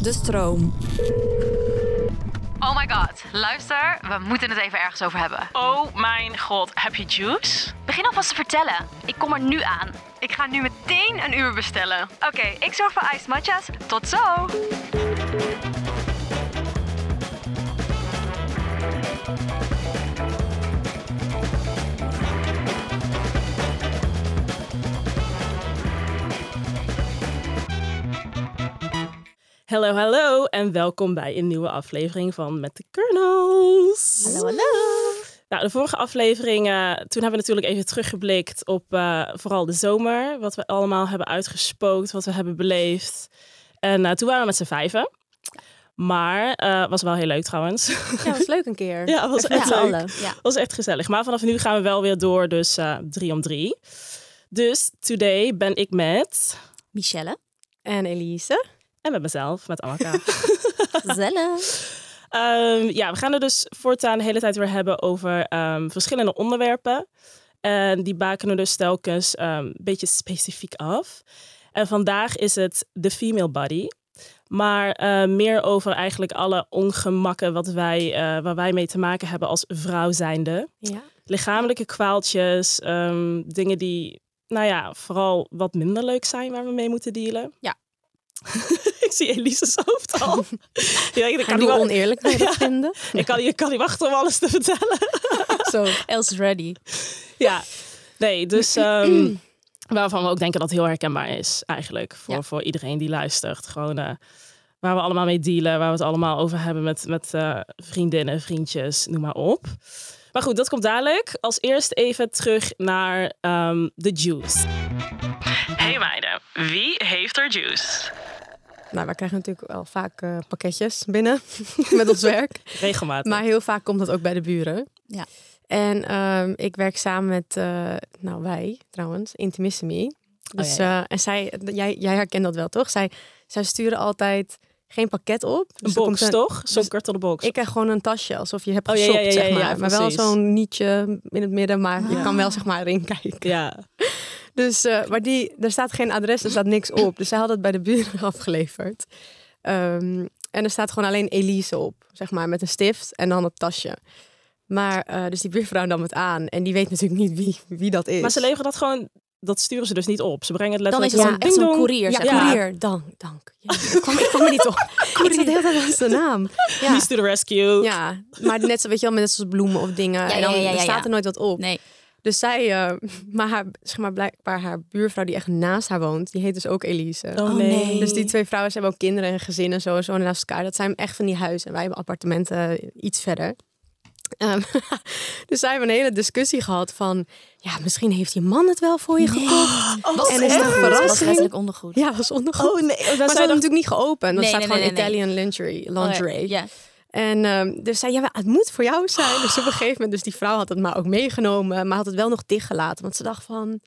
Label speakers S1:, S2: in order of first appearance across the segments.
S1: De stroom.
S2: Oh my god, luister, we moeten het even ergens over hebben.
S3: Oh mijn god, heb je juice?
S2: Begin alvast te vertellen. Ik kom er nu aan. Ik ga nu meteen een uur bestellen. Oké, ik zorg voor ijs matcha's. Tot zo!
S3: Hallo, hallo en welkom bij een nieuwe aflevering van Met de Kernels. Hallo, hallo. Nou, de vorige aflevering, eh, toen hebben we natuurlijk even teruggeblikt op eh, vooral de zomer. Wat we allemaal hebben uitgespookt, wat we hebben beleefd. En eh, toen waren we met z'n vijven. Maar eh was wel heel leuk trouwens.
S1: Ja, was leuk een keer.
S3: Ja, was
S1: Even met
S3: echt
S1: z'n
S3: leuk.
S1: allen. Ja.
S3: was echt gezellig. Maar vanaf nu gaan we wel weer door, dus eh, drie om drie. Dus today ben ik met...
S1: Michelle. En Elise.
S3: En met mezelf, met Amaka.
S1: Gezellig.
S3: Ehm, ja, we gaan er dus voortaan de hele tijd weer hebben over ehm, verschillende onderwerpen. En die bakenen dus telkens ehm, een beetje specifiek af. En vandaag is het de female body. Maar eh, meer over eigenlijk alle ongemakken wat wij, eh, waar wij mee te maken hebben als vrouw zijnde.
S1: Ja.
S3: Lichamelijke kwaaltjes, ehm, dingen die, nou ja, vooral wat minder leuk zijn waar we mee moeten dealen.
S1: Ja.
S3: Ik zie Elise's hoofd al. Ja, ik,
S1: Kan
S3: kan nu
S1: die
S3: wel-
S1: oneerlijk bij dat
S3: Ja.
S1: vinden?
S3: ik kan, ik kan niet wachten om alles te vertellen.
S1: Zo, else ready.
S3: Ja, nee, dus ehm, waarvan we ook denken dat het heel herkenbaar is eigenlijk. Voor,
S1: Ja.
S3: voor iedereen die luistert. Gewoon eh, waar we allemaal mee dealen, waar we het allemaal over hebben met, met eh, vriendinnen, vriendjes, noem maar op. Maar goed, dat komt dadelijk. Als eerst even terug naar ehm, de juice. Hey meiden, wie heeft er juice?
S4: Nou, wij krijgen natuurlijk wel vaak eh, pakketjes binnen met ons werk.
S3: Regelmatig.
S4: Maar heel vaak komt dat ook bij de buren.
S1: Ja.
S4: En ehm, ik werk samen met, eh, nou wij trouwens,
S1: Oh,
S4: Intimissimi. Dus,
S3: Oh, ja,
S4: eh, en zij, jij, jij herkent dat wel, toch? Zij, zij sturen altijd geen pakket op. Dus
S3: een
S4: er
S3: box,
S4: komt een-
S3: toch? Zo'n kartonnen box.
S4: Ik krijg gewoon een tasje, alsof je hebt
S3: Oh, ja, ja,
S4: geshopt,
S3: ja, ja,
S4: zeg maar.
S3: ja,
S4: maar wel
S3: precies. Ah.
S4: zo'n nietje in het midden, maar je kan wel zeg maar erin kijken.
S3: Ja,
S4: Dus, eh, maar die, er staat geen adres, er staat niks op. Dus zij had het bij de buren afgeleverd. Ehm, en er staat gewoon alleen Elise op, zeg maar, met een stift en dan het tasje. Maar, eh, dus die buurvrouw nam het aan en die weet natuurlijk niet wie, wie dat is.
S3: maar ze leveren dat gewoon, dat sturen ze dus niet op. Ze brengen het
S1: Dan is
S3: letterlijk
S1: het
S3: gewoon
S1: zo'n- echt zo'n koerier,
S3: ding-dong.
S4: Ja,
S1: zeg maar.
S4: courier, dank, dank. Ja, ik, kwam, ik kwam er niet op. Ik zat de hele tijd aan zijn naam. Ja,
S3: Please to the rescue.
S4: ja, maar net, zo- weet je wel, net zoals bloemen of dingen.
S1: Ja,
S4: en dan
S1: ja, ja, ja,
S4: er staat
S1: ja.
S4: er nooit wat op.
S1: Nee.
S4: Dus zij, eh, maar, haar, zeg maar blijkbaar haar buurvrouw die echt naast haar woont, die heet dus ook Elise.
S3: Oh
S1: Oh,
S3: nee.
S1: nee.
S4: Dus die twee vrouwen ze hebben ook kinderen en gezinnen zo en zo naast elkaar. Dat zijn echt van die huizen. Wij hebben appartementen eh, iets verder. Ehm, dus zij hebben een hele discussie gehad van... Ja, misschien heeft je man het wel voor je gekocht.
S1: Was
S4: en is het een
S1: ondergoed? Was
S4: verrassing?
S1: letterlijk ondergoed.
S4: Ja, was ondergoed.
S3: Oh nee,
S4: maar ze
S3: zijn
S4: hadden
S3: dat...
S4: natuurlijk niet geopend. Dat
S1: Nee,
S4: staat
S1: nee,
S4: gewoon
S1: nee, nee, nee.
S4: Italian lingerie. lingerie.
S1: Ja.
S4: En ehm, dus zei, ja, maar het moet voor jou zijn. Dus op een gegeven moment, dus die vrouw had het maar ook meegenomen. Maar had het wel nog dichtgelaten. Want ze dacht van,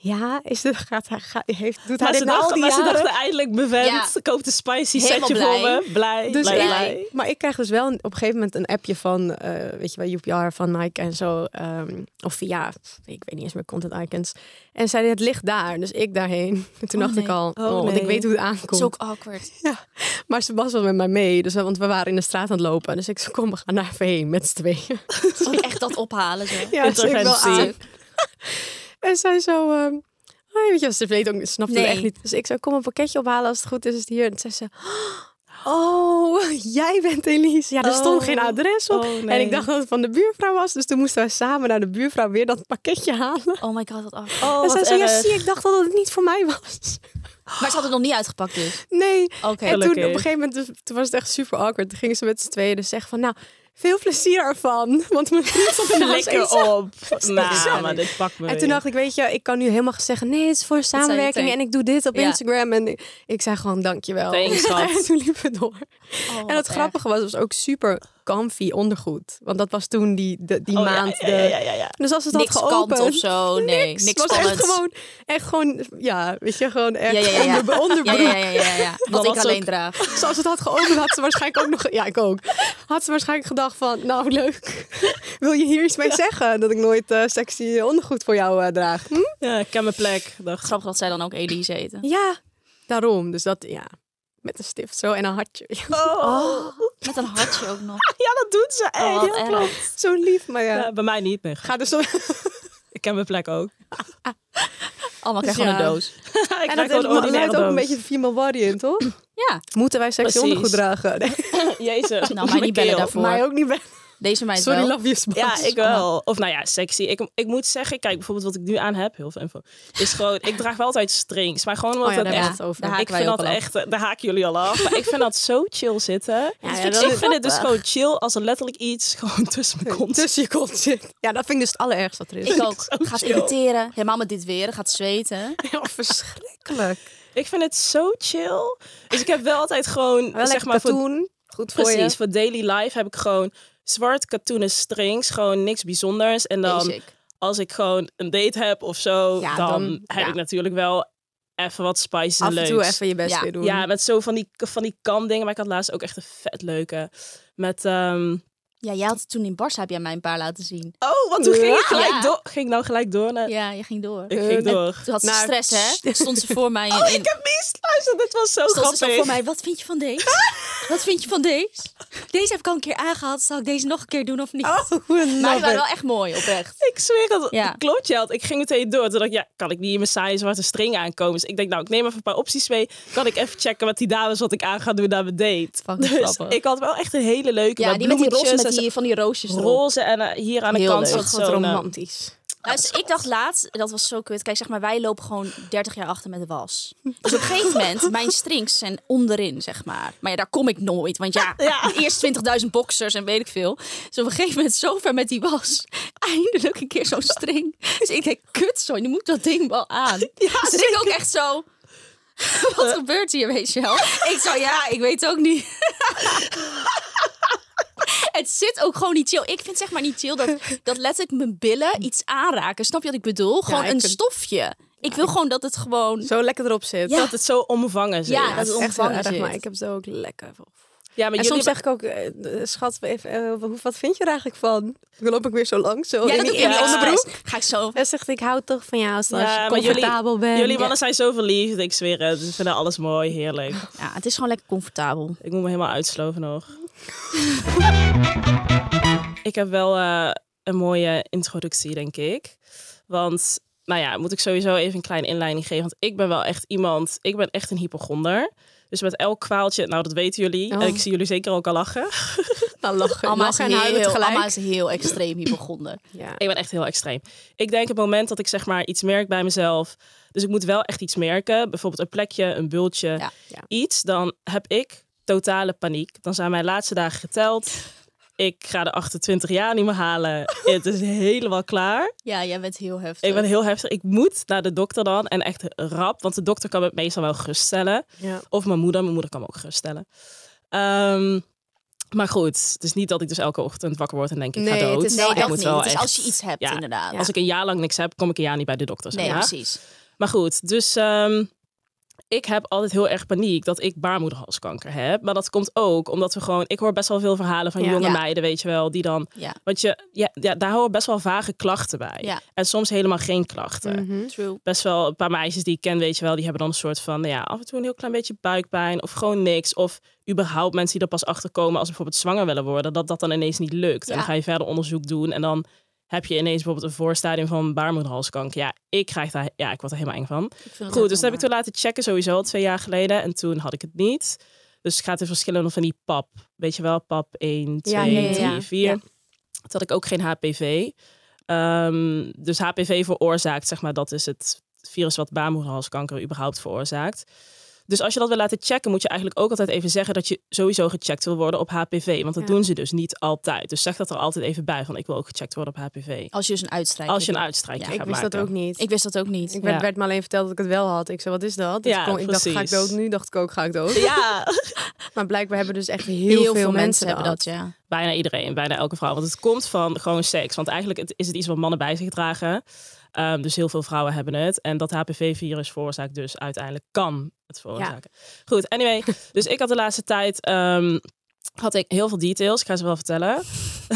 S4: ja, is dit, gaat, hij- gaat, heeft, doet hij
S3: Maar
S4: dit
S3: ze,
S4: na al
S3: dachten,
S4: die
S3: maar ze
S4: jaren?
S3: dachten eindelijk bevent,
S1: Ja.
S3: Ze koopt een spicy
S1: Helemaal
S3: setje
S1: blij.
S3: voor me. Blij,
S4: Dus
S3: blij,
S4: ik-
S3: blij.
S4: Maar ik krijg dus wel een- op een gegeven moment een appje van, eh, weet je wel, UPR van Nike en zo. ehm, of via, pff, ik weet niet eens meer, Content Icons. En zei, het ligt daar. Dus ik daarheen. En toen
S1: Oh,
S4: dacht ik
S1: nee.
S4: al, oh,
S3: Oh,
S4: want
S3: nee.
S4: ik weet hoe het
S1: Het is
S4: aankomt.
S1: ook awkward.
S4: Maar ze was wel met mij mee, dus, want we waren in de straat aan het lopen. Dus ik zei, kom, we gaan naar even heen met z'n tweeën.
S1: Ook echt dat ophalen. Zo.
S4: Ja, dus ik wel
S3: Interventie.
S4: aan. En zij zo, ehm, maar. Weet je, ze weet ook, snapt
S5: Nee.
S4: het echt niet. Dus ik zou kom een pakketje ophalen als het goed is, is het hier. En toen zei ze, oh, jij bent Elise. Ja, er stond
S3: Oh.
S4: geen adres op.
S3: Oh,
S4: En
S3: nee.
S4: ik dacht dat het van de buurvrouw was. Dus toen moesten wij samen naar de buurvrouw weer dat pakketje halen.
S5: Oh my god, wat af.
S3: Oh,
S4: en zij
S3: wat
S4: zei, ja,
S3: erg.
S4: zie, ik dacht dat het niet voor mij was.
S5: Maar ze hadden het nog niet uitgepakt dus.
S4: Nee.
S5: Oké.
S4: En toen op een
S3: Gelukkig.
S4: gegeven moment, dus- toen was het echt super awkward. Toen gingen ze met z'n tweeën dus zeggen van, nou, veel plezier ervan. Want mijn vriend zat in de les en
S3: Flikker op.
S4: gezellig.
S3: Nou, maar dit pakt me
S4: En toen dacht ik, weet je, ik kan nu helemaal zeggen, nee, het is voor
S5: je
S4: samenwerking
S5: denkt.
S4: en ik doe dit op
S5: Ja.
S4: Instagram. En ik, ik zei gewoon, dankjewel.
S3: Thanks, schat.
S4: en toen liep het door.
S5: Oh, wat
S4: en het
S5: erg.
S4: grappige was, het was ook super comfy ondergoed. Want dat was toen die, de-
S5: Oh,
S4: die maand.
S3: Oh, Ja,
S4: de-
S3: ja, ja, ja.
S4: Dus als het
S5: Niks
S4: had geopend...
S5: kant of zo. Nee, niks,
S4: Het was echt
S5: spannends.
S4: gewoon, echt gewoon, ja, weet je, gewoon echt
S5: Ja, ja, ja, ja.
S4: onder,
S5: Ja,
S4: onderbroek.
S5: ja, ja, ja, ja, ja. Wat
S3: was
S5: ik
S3: het
S5: alleen
S3: ook-
S5: draag.
S4: Dus als het had geopend, had ze waarschijnlijk ook nog... Ja, ik ook. Had ze waarschijnlijk gedacht van, nou leuk, wil je hier iets mee zeggen? Dat ik nooit eh, sexy ondergoed voor jou eh, draag. Hm?
S3: Ja, ik ken mijn plek. Dacht.
S5: Grappig dat zij dan ook Elise eten.
S4: Ja, daarom. Dus dat, ja. Met een stift zo en een hartje. Ja,
S5: Met een hartje ook nog.
S3: oh, Ja, dat doet ze
S5: Oh,
S3: echt.
S5: wat
S3: Ja,
S5: erg.
S3: klopt.
S4: zo lief, maar ja.
S3: Ja, bij mij niet. Nee,
S4: Ga dus zo...
S3: ik ken mijn plek ook.
S5: Allemaal
S4: Dus
S5: krijgen we
S4: ja.
S5: een doos.
S3: ik raak
S4: En dat
S3: gewoon
S4: is- lijkt
S3: ordinair
S4: ook een
S3: dood.
S4: beetje female body in, toch?
S5: Ja.
S4: Moeten wij sexy
S3: Precies.
S4: ondergoed dragen? Nee,
S3: Jezus.
S5: Nou, mij niet bellen
S3: Mijn keel.
S5: daarvoor.
S4: mij ook niet. Bij...
S5: Deze meid
S4: Sorry,
S5: wel.
S4: love you, Spas.
S3: Ja, ik wel. Of nou ja, sexy. Ik, ik moet zeggen, kijk, bijvoorbeeld wat ik nu aan heb, heel veel info, is gewoon, ik draag wel altijd strings. Maar gewoon omdat
S4: Oh ja,
S3: het
S4: daar
S3: echt...
S4: hebben we het over.
S5: daar haken
S3: Ik
S5: wij
S3: vind
S5: ook
S3: dat
S5: al af.
S3: echt, eh, daar haken jullie al af. Maar ik vind dat zo chill zitten.
S4: Ja, ja,
S3: ik
S4: dat
S3: vind
S4: is
S3: het dus gewoon chill als er letterlijk iets gewoon tussen me komt.
S4: Tussen je kont zit. Ja, dat vind ik dus het allerergste dat er is.
S5: Ik ook. Gaat irriteren. Helemaal met dit weer. Gaat zweten.
S4: Ja, verschrikkelijk.
S3: Ik vind het zo chill. Dus ik heb wel altijd gewoon,
S4: Wel
S3: zeg
S4: lekker
S3: maar, voor,
S4: katoen. Goed voor
S3: precies,
S4: je.
S3: voor daily life heb ik gewoon zwart katoenen strings. Gewoon niks bijzonders. En dan
S5: Basic.
S3: als ik gewoon een date heb of zo,
S4: Ja,
S3: dan,
S4: dan-
S3: heb
S4: ja.
S3: ik natuurlijk wel even wat spicy
S4: Af en
S3: leuks.
S4: toe even je best
S5: Ja.
S4: weer doen.
S3: Ja, met zo van die, van die kam dingen. Maar ik had laatst ook echt een vet leuke. Met, ehm,
S5: Ja, jij had toen in Barça heb jij mij een paar laten zien.
S3: oh, want toen ging ik gelijk
S5: Ja.
S3: door. Ging ik nou gelijk door naar...
S5: Ja, je ging door.
S3: Ik ging door.
S5: Toen had ze
S4: Naar-
S5: stress, hè? Stond ze voor mij. In,
S3: Oh,
S5: in-
S3: ik heb mist. Luister, dit was zo
S5: stond ze
S3: grappig.
S5: zo voor mij. Wat vind je van deze? Wat vind je van deze? Deze heb ik al een keer aangehad. Zal ik deze nog een keer doen of niet?
S3: Oh,
S5: maar die waren wel echt mooi, oprecht.
S3: Ik zweer dat
S5: Ja.
S3: ja. klopt, had. Ik ging meteen door. Toen dacht ik, ja, kan ik niet in mijn saaie zwarte string aankomen? Dus ik denk, nou, ik neem even een paar opties mee. Kan ik even checken wat die dames wat ik aan ga doen naar mijn date?
S5: Fucking
S3: Dus
S5: grappig.
S3: ik had wel echt een hele leuke.
S5: Ja,
S3: met
S5: die met die roze,
S3: bloemetjes
S5: met
S3: en
S5: die, van die roosjes
S3: zo-
S5: erop.
S3: roze en eh, hier aan de
S5: Heel
S3: kant
S5: leuk.
S3: zat
S4: Echt wat
S3: zo'n, eh,
S4: romantisch.
S5: Luister, Nou, ik dacht laatst, dat was zo kut. Kijk, zeg maar, wij lopen gewoon 30 jaar achter met de was. Dus op een gegeven moment, mijn strings zijn onderin, zeg maar. Maar ja, daar kom ik nooit. Want ja, eerst 20.000 boxers en weet ik veel. Dus op een gegeven moment, zover met die was. Eindelijk een keer zo'n string. Dus ik denk, kut zo, nu moet ik dat ding wel aan. dus ik ook echt zo... Wat gebeurt hier, weet je wel? Eh. Ik zo, ja, ik weet ook niet. Het zit ook gewoon niet chill. Ik vind zeg maar niet chill dat, dat letterlijk mijn billen iets aanraken. Snap je wat ik bedoel? Gewoon
S4: ik
S5: een
S4: vind-
S5: stofje. Ik wil gewoon dat het gewoon...
S4: Zo lekker erop zit.
S5: Ja.
S3: Dat het zo omvangen zit.
S5: Ja, dat
S4: het
S5: is
S4: is echt
S5: omvangen
S4: heel erg,
S5: zit.
S4: maar ik heb zo ook lekker.
S3: Ja, maar jullie
S4: En soms zeg ik ook, eh, schat, even, eh, hoe- wat vind je er eigenlijk van? Dan loop ik weer zo lang, zo
S5: Ja,
S4: in,
S5: dat
S4: die,
S5: doe ik in die
S4: ja.
S5: onderbroek. Ga ik zo...
S4: Hij zegt, ik hou toch van jou als
S3: Ja, maar
S4: je
S3: jullie-
S4: comfortabel bent.
S3: Jullie mannen zijn zo verliefd, ik zweer het. Ze vinden alles mooi, heerlijk.
S5: Ja, het is gewoon lekker comfortabel.
S3: Ik moet me helemaal uitsloven nog. ik heb wel eh, een mooie introductie, denk ik. Want, nou ja, moet ik sowieso even een kleine inleiding geven. Want ik ben wel echt iemand, ik ben echt een hypochonder. Dus met elk kwaaltje, nou dat weten jullie.
S4: Oh.
S3: En ik zie jullie zeker ook al lachen.
S4: Dan lachen,
S5: Alma is,
S4: lachen en huilen
S5: heel,
S4: tegelijk.
S5: Alma is heel extreem hier begonnen.
S4: Ja.
S3: Ik ben echt heel extreem. Ik denk het moment dat ik zeg maar iets merk bij mezelf. Dus ik moet wel echt iets merken. Bijvoorbeeld een plekje, een bultje,
S5: Ja,
S4: ja.
S3: iets. Dan heb ik totale paniek. Dan zijn mijn laatste dagen geteld. Ik ga de 28 jaar niet meer halen. Het is helemaal klaar.
S5: Ja, jij bent heel heftig.
S3: Ik ben heel heftig. Ik moet naar de dokter dan. En echt rap. Want de dokter kan me meestal wel geruststellen.
S4: Ja.
S3: Of mijn moeder. Mijn moeder kan me ook geruststellen. Ehm, maar goed, het is niet dat ik dus elke ochtend wakker word en denk ik
S4: Nee,
S3: ga
S4: het
S3: dood.
S4: is
S5: Nee,
S4: wel
S3: Ik
S5: dat
S3: moet
S5: niet.
S3: wel
S5: Het is
S3: echt-
S5: als je iets hebt,
S3: ja,
S5: inderdaad.
S3: als ik een jaar lang niks heb, kom ik een jaar niet bij de dokter. zeg
S5: Nee,
S3: maar.
S5: precies.
S3: Maar goed, dus ehm, ik heb altijd heel erg paniek dat ik baarmoederhalskanker heb. Maar dat komt ook omdat we gewoon... Ik hoor best wel veel verhalen van
S4: Ja.
S3: jonge
S5: Ja.
S3: meiden, weet je wel, die dan...
S5: Ja,
S3: Want je, ja, ja, daar horen best wel vage klachten bij.
S5: Ja. Mhm.
S3: En soms helemaal geen klachten.
S5: true.
S3: Best wel een paar meisjes die ik ken, weet je wel, die hebben dan een soort van... nou Ja, af en toe een heel klein beetje buikpijn of gewoon niks. Of überhaupt mensen die heb je ineens bijvoorbeeld een voorstadium van baarmoederhalskanker. Ja, ik krijg daar, ja, ik word er helemaal eng van.
S5: Ik vind het
S3: Goed,
S5: echt
S3: dus dat heb ik
S5: heel
S3: toen laten checken sowieso al twee jaar geleden. En toen had ik het niet. Dus het gaat in verschillende van die pap. Weet je wel, pap 1, 2,
S4: Ja, ja, ja,
S3: 3,
S5: ja.
S3: 4.
S5: Ja.
S3: Toen had ik ook geen HPV. Ehm, dus HPV veroorzaakt, zeg maar, dat is het virus wat baarmoederhalskanker überhaupt veroorzaakt. Dus als je dat wil laten checken, moet je eigenlijk ook altijd even zeggen dat je sowieso gecheckt wil worden op HPV. Want dat
S1: Ja.
S3: doen ze dus niet altijd. Dus zeg dat er altijd even bij, van ik wil ook gecheckt worden op HPV.
S5: Als je dus een uitstrijking
S3: Als je een
S5: doet.
S3: uitstrijking
S5: Ja,
S3: gaat
S4: Oh, Ik wist dat
S3: maken.
S4: ook niet.
S5: Ik wist dat ook niet.
S4: Ik werd,
S3: Ja.
S4: werd me alleen verteld dat ik het wel had. Ik zei, wat is dat? Dus
S3: Ja,
S4: kon- ik dacht, ga ik
S3: precies.
S4: dood? Nu dacht ik ook, ga ik dood.
S3: Ja,
S4: Maar blijkbaar hebben dus echt heel,
S5: Heel, veel, mensen hebben dat, ja.
S3: bijna iedereen, bijna elke vrouw. Want het komt van gewoon seks. Want eigenlijk het- is het iets wat mannen bij zich dragen. Ehm, dus heel veel vrouwen hebben het. En dat HPV-virus veroorzaakt dus uiteindelijk kan het veroorzaken. Goed, anyway. Dus ik had de laatste tijd... ehm, had ik heel veel details, ik ga ze wel vertellen.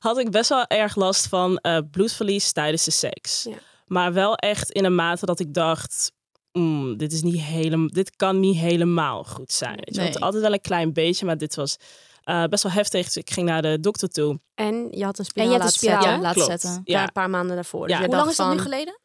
S3: had ik best wel erg last van eh, bloedverlies tijdens de seks.
S4: Ja.
S3: Maar wel echt in een mate dat ik dacht... "Mm, dit, is niet helemaal, dit kan niet helemaal goed zijn. Weet je?
S5: Nee.
S3: Want altijd wel een klein beetje, maar dit was eh, best wel heftig. Dus ik ging naar de dokter toe.
S4: En je had een
S5: En
S4: spiraal
S5: je hebt een
S4: laten
S5: spiraal
S4: zetten.
S5: laten
S3: klopt.
S5: zetten.
S3: Ja.
S4: Daar een paar maanden daarvoor.
S3: Ja.
S4: Dus jij
S5: Hoe lang is
S4: dacht
S5: dat nu
S4: van,
S5: geleden?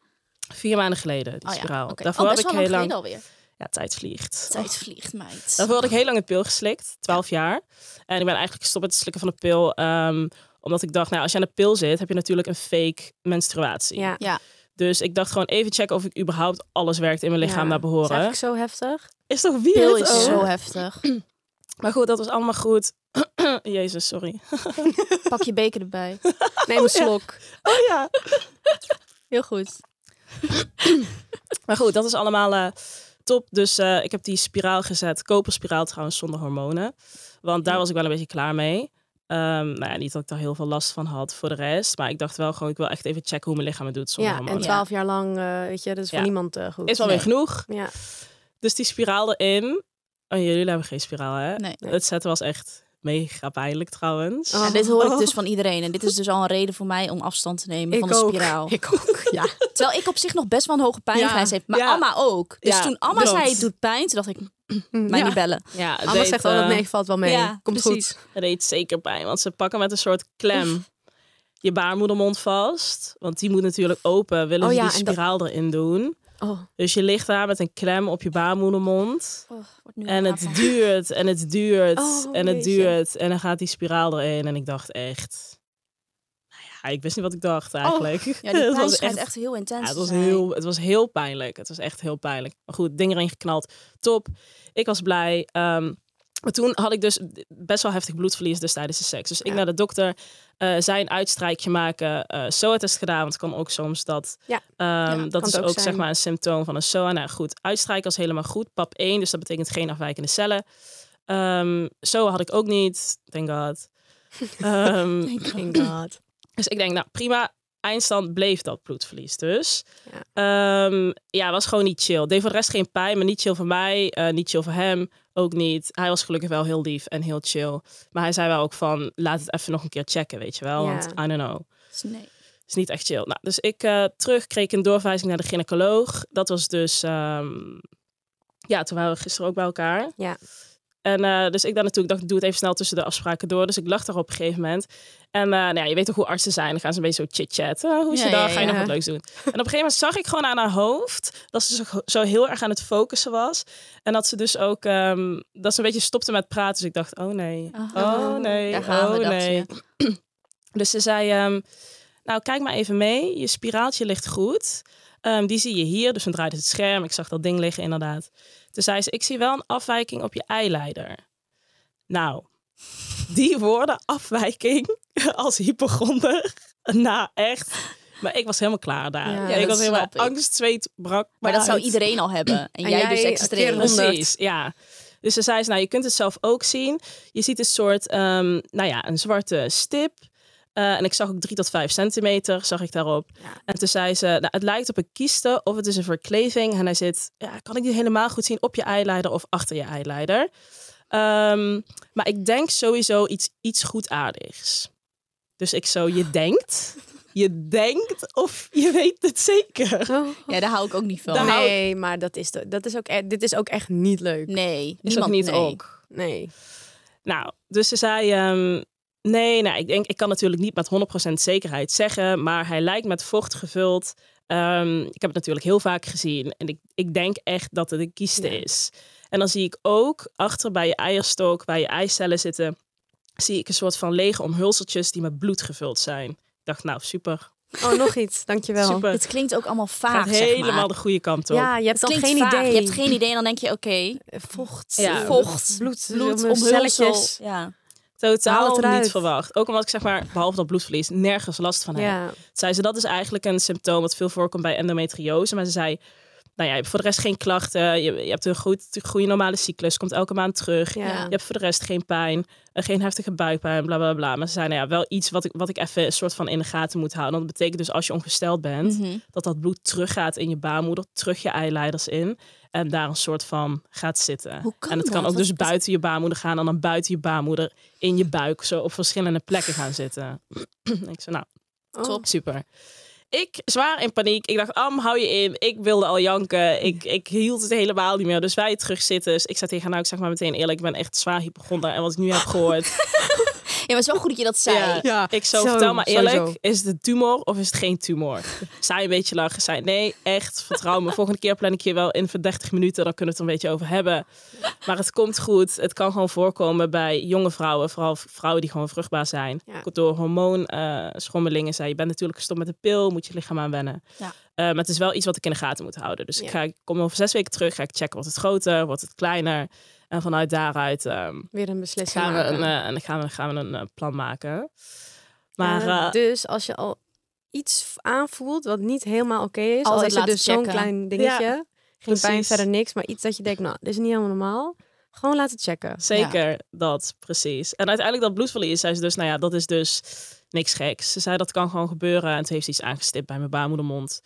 S3: Vier maanden geleden, die
S5: Oh ja,
S3: spiraal.
S5: oké.
S3: Daarvoor
S5: oh,
S3: heb
S5: best
S3: ik
S5: wel
S3: heel
S5: lang
S3: lang...
S5: geleden alweer.
S3: Ja, tijd vliegt.
S5: Tijd vliegt, meid.
S3: Daarvoor had ik heel lang een pil geslikt, 12 jaar. En ik ben eigenlijk gestopt met het slikken van de pil. ehm, omdat ik dacht, nou, als je aan de pil zit, heb je natuurlijk een fake menstruatie.
S4: Ja.
S5: Ja,
S3: Dus ik dacht gewoon even checken of ik überhaupt alles werkt in mijn lichaam
S4: Ja.
S3: naar
S4: is
S3: behoren.
S4: eigenlijk
S3: Is,
S4: zo heftig.
S3: toch weird?
S5: pil is
S3: ook?
S5: zo heftig.
S3: Maar goed, dat was allemaal goed. Jezus, sorry.
S5: Pak je beker erbij.
S4: Neem een slok.
S3: Oh ja.
S5: Heel goed.
S3: Maar goed, dat is allemaal eh, top. Dus eh, ik heb die spiraal gezet. Koperspiraal trouwens, zonder hormonen. Want daar was ik wel een beetje klaar mee. Ehm nou ja, niet dat ik daar heel veel last van had voor de rest. Maar ik dacht wel gewoon, ik wil echt even checken hoe mijn lichaam het doet zonder
S4: Ja, en
S3: hormonen.
S4: twaalf jaar lang, eh, weet je, dat is voor
S3: Ja.
S4: niemand eh, goed.
S3: Is wel weer genoeg.
S4: Ja.
S3: Dus die spiraal erin. Oh, jullie hebben geen spiraal, hè?
S5: Nee.
S3: Het zetten was echt mega pijnlijk trouwens.
S4: Oh.
S5: Ja, dit hoor ik dus van iedereen. En dit is dus al een reden voor mij om afstand te nemen van de spiraal.
S4: Ik ook, ja.
S5: Terwijl ik op zich nog best wel een hoge pijngrijs heb. Maar
S3: Ja.
S5: Amma ook. Dus
S3: Ja,
S5: toen Amma
S3: klopt.
S5: zei het doet pijn, toen dacht ik, mij
S4: Ja.
S5: niet bellen.
S3: Ja, het
S4: Amma
S3: deed,
S4: zegt altijd,
S3: eh,
S4: nee, valt wel mee.
S5: ja,
S4: Komt
S5: precies.
S4: goed.
S3: Het deed zeker pijn, want ze pakken met een soort klem je baarmoedermond vast. Want die moet natuurlijk open, willen
S4: Oh
S3: ze
S4: ja,
S3: die
S4: en dat-
S3: spiraal erin doen.
S4: Oh.
S3: Dus je ligt daar met een klem op je baarmoedermond.
S5: Oh, Wordt nu
S3: En
S5: een avond.
S3: het duurt en het duurt
S4: Oh,
S3: en het
S4: jeetje.
S3: duurt. En dan gaat die spiraal erin. En ik dacht echt... Nou ja, ik wist niet wat ik dacht eigenlijk.
S5: Ja, die
S3: Het
S5: pijn
S3: was
S5: schijnt echt heel intens
S3: Ja, het,
S5: te
S3: was
S5: zijn.
S3: heel, het was heel pijnlijk. Het was echt heel pijnlijk. Maar goed, ding erin geknald. Top. Ik was blij. Ehm, maar toen had ik dus best wel heftig bloedverlies dus tijdens de seks. Dus ik
S4: Ja.
S3: naar de dokter, eh zij een uitstrijkje maken, eh SOA-test gedaan. Want het kan ook soms dat.
S4: Ja.
S3: ehm,
S4: kan
S3: dat is
S4: het
S3: ook,
S4: ook
S3: zeg
S4: zijn.
S3: maar een symptoom van een SOA. Nou goed, uitstrijken was helemaal goed. PAP 1, dus dat betekent geen afwijkende cellen. Ehm SOA had ik ook niet, thank god. Ehm,
S4: Thank God.
S3: dus ik denk, nou prima. Eindstand bleef dat bloedverlies dus.
S4: Ja.
S3: Ja, ja was gewoon niet chill. Deed voor de rest geen pijn, maar niet chill voor mij. eh, niet chill voor hem, ook niet. Hij was gelukkig wel heel lief en heel chill. Maar hij zei wel ook van, laat het even nog een keer checken, weet je wel.
S4: Ja.
S3: Want I don't know.
S5: Dus Nee.
S3: Is niet echt chill. Nou, dus ik eh, terug kreeg ik een doorverwijzing naar de gynaecoloog. Dat was dus... ehm, ja, toen waren we gisteren ook bij elkaar.
S4: Ja.
S3: En eh, dus ik daar naartoe, ik dacht, doe het even snel tussen de afspraken door. Dus ik lag daar op een gegeven moment. En eh, nou ja, je weet toch hoe artsen zijn. Dan gaan ze een beetje zo chit-chatten. hoe is je
S5: Ja,
S3: dag?
S5: ja,
S3: Ga je nog
S4: ja.
S3: wat leuks doen? En op een gegeven moment zag ik gewoon aan haar hoofd... dat ze zo, zo heel erg aan het focussen was. En dat ze dus ook... ehm, dat ze een beetje stopte met praten. Dus ik dacht, oh nee. Oh nee,
S5: Daar gaan
S3: oh
S5: we, dacht
S3: nee.
S5: je.
S3: Dus ze zei, ehm, nou kijk maar even mee. Je spiraaltje ligt goed. Ehm, die zie je hier. Dus dan draaide het scherm. Ik zag dat ding liggen inderdaad. Toen zei ze, ik zie wel een afwijking op je eileider. Nou, die woorden afwijking als hypochonder. Nou echt. Maar ik was helemaal klaar daar.
S4: Ja,
S3: ik
S5: dat
S3: was helemaal
S5: snap ik.
S3: angst, zweet, brak. me
S5: Maar dat zou
S3: uit.
S5: iedereen al hebben. En, jij,
S4: jij
S5: dus
S4: keer
S5: extreem.
S4: honderd.
S3: Precies, ja. Dus ze zei ze, nou, je kunt het zelf ook zien. Je ziet een soort, ehm, nou ja, een zwarte stip. Eh, en ik zag ook 3 tot 5 centimeter, zag ik daarop. En toen zei ze, nou, het lijkt op een kiste of het is een verkleving. En hij zit, ja, kan ik niet helemaal goed zien op je eileider of achter je eileider. Ehm, maar ik denk sowieso iets, iets goedaardigs. Dus ik zo, je denkt, je denkt of je weet het zeker.
S5: Ja, daar hou ik ook niet van.
S3: Daar hou-
S4: Nee, maar dat is, de- dat is ook, e- dit is ook echt niet leuk.
S5: Nee,
S3: Is dat
S5: niemand
S3: niet
S5: nee.
S3: ook?
S4: Nee.
S3: Nou, dus ze zei, ehm, Nee, nou, ik denk, ik kan natuurlijk niet met 100% zekerheid zeggen, maar hij lijkt met vocht gevuld. Ehm, ik heb het natuurlijk heel vaak gezien en ik, ik denk echt dat het een kiste is. En dan zie ik ook achter bij je eierstok, waar je eicellen zitten, zie ik een soort van lege omhulseltjes die met bloed gevuld zijn. Ik dacht, nou super,
S4: Oh, nog iets. Dankjewel.
S3: super.
S5: Het klinkt ook allemaal vaag,
S3: gaat
S5: zeg maar.
S3: helemaal de goede kant op.
S4: Ja, je hebt
S5: Het
S4: dan
S5: klinkt
S4: geen
S5: vaag.
S4: idee. Eh,
S5: Je hebt geen idee en dan denk je, oké,
S4: vocht.
S3: Ja.
S5: vocht,
S4: Bloed,
S5: bloed,
S4: om
S5: omhulsel.
S4: celletjes.
S5: Ja.
S4: Haal
S3: Totaal
S4: het eruit.
S3: niet verwacht. Ook omdat ik zeg maar, behalve dat bloedverlies, nergens last van heb.
S4: Ja.
S3: zei ze, dat is eigenlijk een symptoom wat veel voorkomt bij endometriose. Maar ze zei, nou ja, je hebt voor de rest geen klachten. Je, je hebt een goed, goede normale cyclus, komt elke maand terug.
S4: Ja.
S3: Je hebt voor de rest geen pijn, eh, geen heftige buikpijn, bla bla bla. Maar ze zei, nou ja, wel iets wat ik, wat ik even een soort van in de gaten moet houden. Want dat betekent dus als je ongesteld bent,
S5: Mhm.
S3: dat dat bloed teruggaat in je baarmoeder, terug je eileiders in. En daar een soort van gaat zitten.
S5: Hoe kan
S3: en het kan
S5: dat?
S3: ook
S5: Wat-
S3: dus buiten je baarmoeder gaan en dan buiten je baarmoeder in je buik zo op verschillende plekken gaan zitten. ik zei, nou,
S4: Top.
S3: Super. Ik zwaar in paniek. Ik dacht, Am, hou je in. Ik wilde al janken. Ik, ik hield het helemaal niet meer. Dus wij terugzitten. Dus ik zei tegen haar, nou, ik zeg maar meteen eerlijk, ik ben echt zwaar hypochonder. En wat ik nu heb gehoord.
S5: ja, maar het is wel goed dat je dat zei.
S4: Ja.
S3: Ik zo,
S4: Oh. Zo,
S3: vertel maar eerlijk,
S4: sowieso.
S3: is het een tumor of is het geen tumor? Zij een beetje lachen. Zij, nee, echt, vertrouw me. Volgende keer plan ik je wel in voor 30 minuten. Dan kunnen we het er een beetje over hebben. Maar het komt goed. Het kan gewoon voorkomen bij jonge vrouwen. Vooral vrouwen die gewoon vruchtbaar zijn.
S4: Ja.
S3: Door hormoonschommelingen. schommelingen zei je bent natuurlijk gestopt met de pil. Moet je lichaam aan wennen.
S5: Ja.
S3: Eh, maar het is wel iets wat ik in de gaten moet houden. Dus ik,
S4: Ja.
S3: ga, ik kom over zes weken terug. Ga ik checken, wordt het groter? Wordt het kleiner? En vanuit daaruit... ehm,
S4: Weer een beslissing.
S3: Gaan we
S4: maken.
S3: een, eh, en dan gaan we, gaan we een eh, plan maken. Maar
S4: Ja,
S3: eh,
S4: dus als je al iets aanvoelt wat niet helemaal oké is, al
S5: Altijd
S4: is het
S5: laten
S4: dus zo'n
S5: checken.
S4: klein dingetje,
S3: Ja,
S4: geen pijn,
S3: precies.
S4: verder niks, maar iets dat je denkt, nou, dit is niet helemaal normaal, gewoon laten checken.
S3: zeker dat, precies. En uiteindelijk dat bloedverlies, zei ze dus, nou ja, dat is dus niks geks. Ze zei, dat kan gewoon gebeuren. En toen heeft ze iets aangestipt bij mijn baarmoedermond,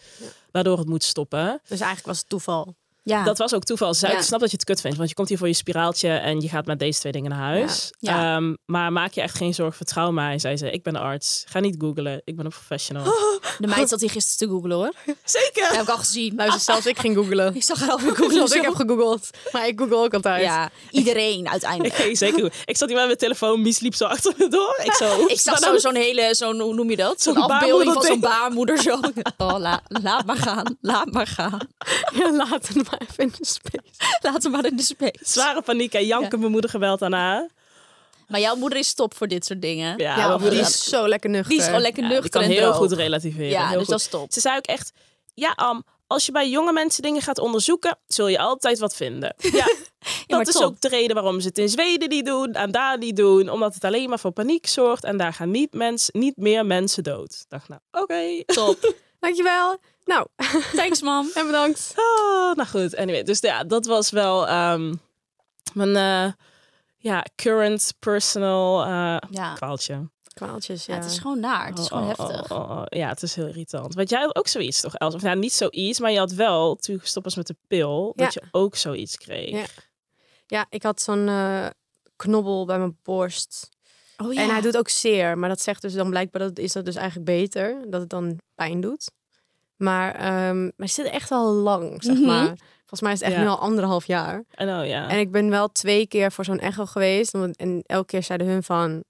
S3: waardoor het moet stoppen.
S4: Dus eigenlijk was het toeval.
S5: Ja.
S3: Dat was ook toeval. Ze zei,
S5: Ja.
S3: ik snap dat je het kut vindt, want je komt hier voor je spiraaltje en je gaat met deze twee dingen naar huis.
S5: Ja. Ja.
S3: Ehm, maar maak je echt geen zorgen, vertrouw mij, zei ze. Ik ben een arts, ga niet googlen, ik ben een professional.
S5: De meid zat hier gisteren te googlen hoor.
S3: Zeker! Ah,
S5: Dat heb ik al gezien.
S4: Luister, zelfs ik ging googelen.
S5: Ik zag haar al weer googlen.
S3: dus
S4: ik heb gegoogeld, maar ik google ook altijd.
S5: Ja, iedereen uiteindelijk.
S3: Ik, zeker. goed. ik zat hier met mijn telefoon, Mies liep zo achter me door. Ik zo,
S5: Ik
S3: oeps, nou
S5: zag
S3: ben aan
S5: zo- zo'n hele, zo'n, hoe noem je dat? Zo'n
S3: Zo'n
S5: afbeelding van zo'n
S3: baarmoederding.
S5: baarmoeder. Zo. Oh, la- laat maar gaan, laat maar gaan.
S4: Ja, laat het maar even in de space.
S5: Laat hem maar in de space.
S3: Zware paniek en janken mijn moeder geweld daarna.
S5: Maar jouw moeder is top voor dit soort dingen.
S3: Ja,
S4: Ja,
S3: mijn moeder
S4: die
S3: is-
S4: is zo lekker nuchter.
S5: Die is gewoon lekker
S3: ja, die
S5: nuchter
S3: kan
S5: en
S3: heel
S5: droog.
S3: goed relativeren.
S5: Ja,
S3: heel
S5: dus
S3: goed.
S5: dat is top.
S3: Ze zei ook echt, ja Am, als je bij jonge mensen dingen gaat onderzoeken, zul je altijd wat vinden. Ja,
S5: maar
S3: dat is
S5: top.
S3: ook de reden waarom ze het in Zweden niet doen en daar niet doen. Omdat het alleen maar voor paniek zorgt en daar gaan niet, mens, niet meer mensen dood. Ik dacht nou, oké.
S5: Top.
S4: Dankjewel. Nou,
S5: Thanks, mam.
S4: en bedankt.
S3: Ah, nou goed, anyway. Dus ja, dat was wel ehm, mijn eh, ja, current personal eh
S5: Ja.
S3: kwaaltje.
S4: Kwaaltjes, ja.
S5: Ja, het is gewoon naar. Het is
S3: Oh,
S5: gewoon
S3: oh,
S5: heftig.
S3: oh, oh, oh. Ja, het is heel irritant. Want jij had ook zoiets toch, Els? Of nou, niet zoiets, maar je had wel, toen je gestopt was met de pil, dat
S4: Ja.
S3: je ook zoiets kreeg.
S4: Ja. ja, ik had zo'n eh, knobbel bij mijn borst.
S5: Oh,
S4: En hij doet ook zeer. Maar dat zegt dus dan blijkbaar dat is dat dus eigenlijk beter. Dat het dan pijn doet. Maar, ehm, maar het zit echt al lang, zeg
S5: Mhm.
S4: maar. Volgens mij is het echt
S3: Ja.
S4: nu al anderhalf jaar.
S3: En oh ja.
S4: En ik ben wel twee keer voor zo'n echo geweest. omdat- En elke keer zeiden hun van,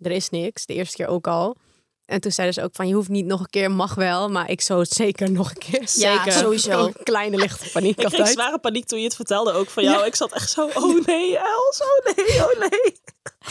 S4: er is niks. De eerste keer ook al. En toen zeiden ze ook van, je hoeft niet nog een keer, mag wel. Maar ik zou het zeker nog een keer.
S5: Ja,
S3: zeker.
S5: sowieso.
S4: Een kleine lichte paniek
S3: ik kreeg
S4: altijd.
S3: zware paniek toen je het vertelde ook van jou. Ik zat echt zo, oh nee, Els, oh nee, oh nee.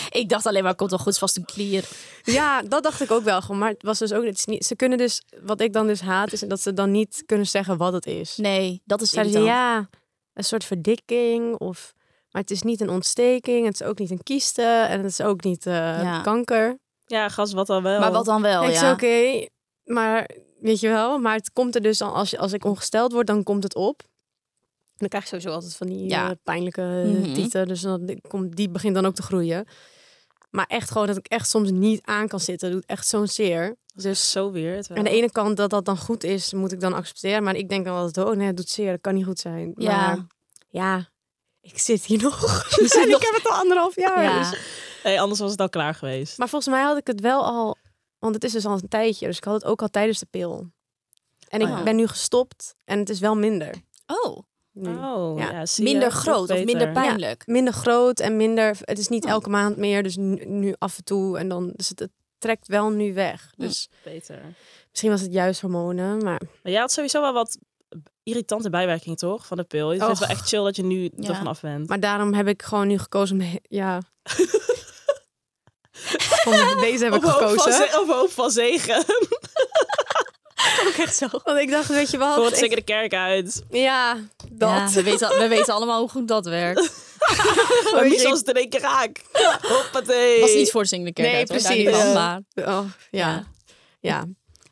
S5: Ik dacht alleen maar, komt wel goed vast een klier.
S4: Ja, dat dacht ik ook wel. gewoon, Maar het was dus ook het is niet. Ze kunnen dus, wat ik dan dus haat, is dat ze dan niet kunnen zeggen wat het is.
S5: Nee, dat is
S4: Zeiden ze
S5: irritant.
S4: ja, een soort verdikking of. Maar het is niet een ontsteking, het is ook niet een kieste en het is ook niet eh,
S5: Ja.
S4: kanker.
S3: Ja, gas, wat dan
S4: oh."
S3: wel.
S5: Maar wat dan wel,
S4: ik zei
S5: ja.
S4: oké, maar weet je wel, maar het komt er dus al als, je- als ik ongesteld word, dan komt het op. Dan krijg je sowieso altijd van die
S5: Ja.
S4: eh, pijnlijke
S5: Mhm.
S4: tieten, dus dan komt, die begint dan ook te groeien. Maar echt gewoon dat ik echt soms niet aan kan zitten, doet echt zo'n zeer.
S3: Dat is zo weird. wel.
S4: Aan de e- ene kant dat dat dan goed is, moet ik dan accepteren. Maar ik denk dan altijd, oh nee, het doet zeer, dat kan niet goed zijn.
S5: Ja.
S4: Maar ja, ik zit hier nog.
S5: Je zit
S4: en
S5: nog-
S4: ik heb het al anderhalf jaar.
S5: Ja.
S4: dus-
S3: Nee, anders was het al klaar geweest.
S4: Maar volgens mij had ik het wel al, want het is dus al een tijdje. Dus ik had het ook al tijdens de pil. En ik
S5: Oh ja.
S4: ben nu gestopt en het is wel minder.
S5: Oh,
S4: nu.
S3: Oh, ja.
S4: Ja.
S3: zie je,
S5: Minder
S3: dat is
S5: groot of
S3: beter.
S5: minder pijnlijk.
S4: Minder groot en minder. Het is niet elke maand meer, dus nu, nu af en toe. En dan, dus het, het trekt wel nu weg. Dus
S3: Beter.
S4: misschien was het juist hormonen, maar
S3: Maar jij had sowieso wel wat irritante bijwerking, toch? Van de pil. Het is
S4: Och.
S3: wel echt chill dat je nu
S5: Ja.
S3: ervan af bent.
S4: Maar daarom heb ik gewoon nu gekozen om... he- Ja. Om- Deze heb ik
S3: Op hoop van
S4: gekozen.
S3: ze- op hoop van zegen.
S4: ook echt zo. Want ik dacht, weet je wat?
S3: Voor het
S4: ik-
S3: zeker de kerk uit.
S4: Ja, dat.
S5: Ja, we, weten, al- we weten allemaal hoe goed dat werkt. Het
S3: Maar niet
S4: Weet je, Oh, ik-
S3: zoals het in één keer raak. Hoppatee.
S5: was niet voor de zingende kerk
S4: Nee,
S5: uit, hoor, daar
S4: precies.
S5: niet van,
S4: Ja.
S5: maar
S4: Oh, ja.
S5: Ja.
S4: ja.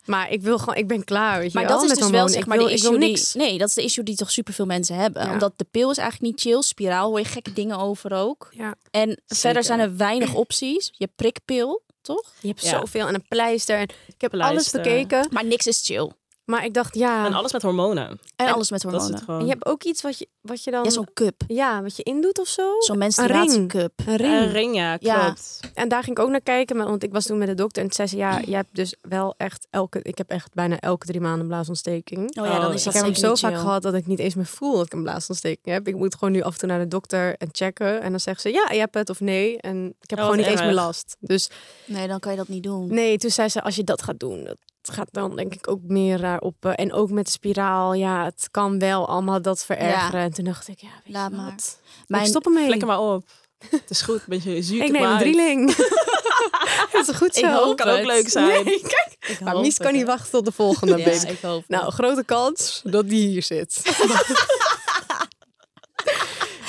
S4: Maar ik wil gewoon... Ik ben klaar, weet je
S5: Maar
S4: wel,
S5: dat is
S4: met
S5: dus wel
S4: hormonen.
S5: zeg
S4: Ik
S5: maar
S4: wil-
S5: de
S4: ik wil
S5: issue die,
S4: niks.
S5: Nee, dat is de issue die toch superveel mensen hebben.
S4: Ja.
S5: Omdat de pil is eigenlijk niet chill. Spiraal hoor je gekke dingen over ook.
S4: Ja.
S5: En verder zijn er weinig opties. Je prikpil, toch?
S4: Je hebt
S3: Ja.
S4: zoveel en een pleister. En ik heb alles
S3: Pleister.
S4: bekeken.
S5: Maar niks is chill.
S4: Maar ik dacht, ja.
S3: En alles met hormonen.
S5: En
S4: En
S5: alles met
S3: Dat is
S5: hormonen.
S3: het gewoon.
S4: En je hebt ook iets wat je, wat je dan...
S5: Ja, zo'n cup.
S4: ja, wat je indoet of zo.
S5: Zo'n
S4: ring.
S5: menstruatiecup.
S4: Een ring.
S3: Een ring, ja,
S5: Ja.
S3: Eh, klopt.
S4: En daar ging ik ook naar kijken, maar- want ik was toen met de dokter en zei ze, ja, je hebt dus wel echt elke, ik heb echt bijna elke drie maanden een blaasontsteking.
S5: Oh ja, dan
S3: Oh,
S5: is
S4: ik
S5: dat
S4: heb hem
S5: zeker
S4: zo
S5: niet
S4: vaak
S5: chill.
S4: gehad dat ik niet eens meer voel dat ik een blaasontsteking heb. Ik moet gewoon nu af en toe naar de dokter en checken. En dan zegt ze, ja, je hebt het of nee. En ik heb
S3: Oh,
S4: gewoon
S3: wat
S4: niet eens meer
S3: erg.
S4: last. Dus
S5: Nee, dan kan je dat niet doen.
S4: nee, toen zei ze, als je dat gaat doen, dat gaat dan denk ik ook meer daarop. eh, En ook met de spiraal, ja, het kan wel allemaal dat verergeren. En toen dacht ik, ja, weet
S5: Laat
S4: je
S5: maar.
S4: wat?
S5: Mijn-
S4: Ik stop ermee.
S3: Flikker maar op. Het is goed, met je zuur.
S4: ik neem een drieling. dat is goed zo.
S5: Ik hoop
S3: Kan ook
S5: het.
S3: leuk zijn.
S4: Nee, kijk.
S5: Ik
S4: Maar
S5: hoop
S4: Mies kan
S5: het,
S4: niet
S5: hè.
S4: wachten tot de volgende
S5: Ja,
S4: week.
S5: ik hoop het.
S4: Nou, grote kans dat die hier zit.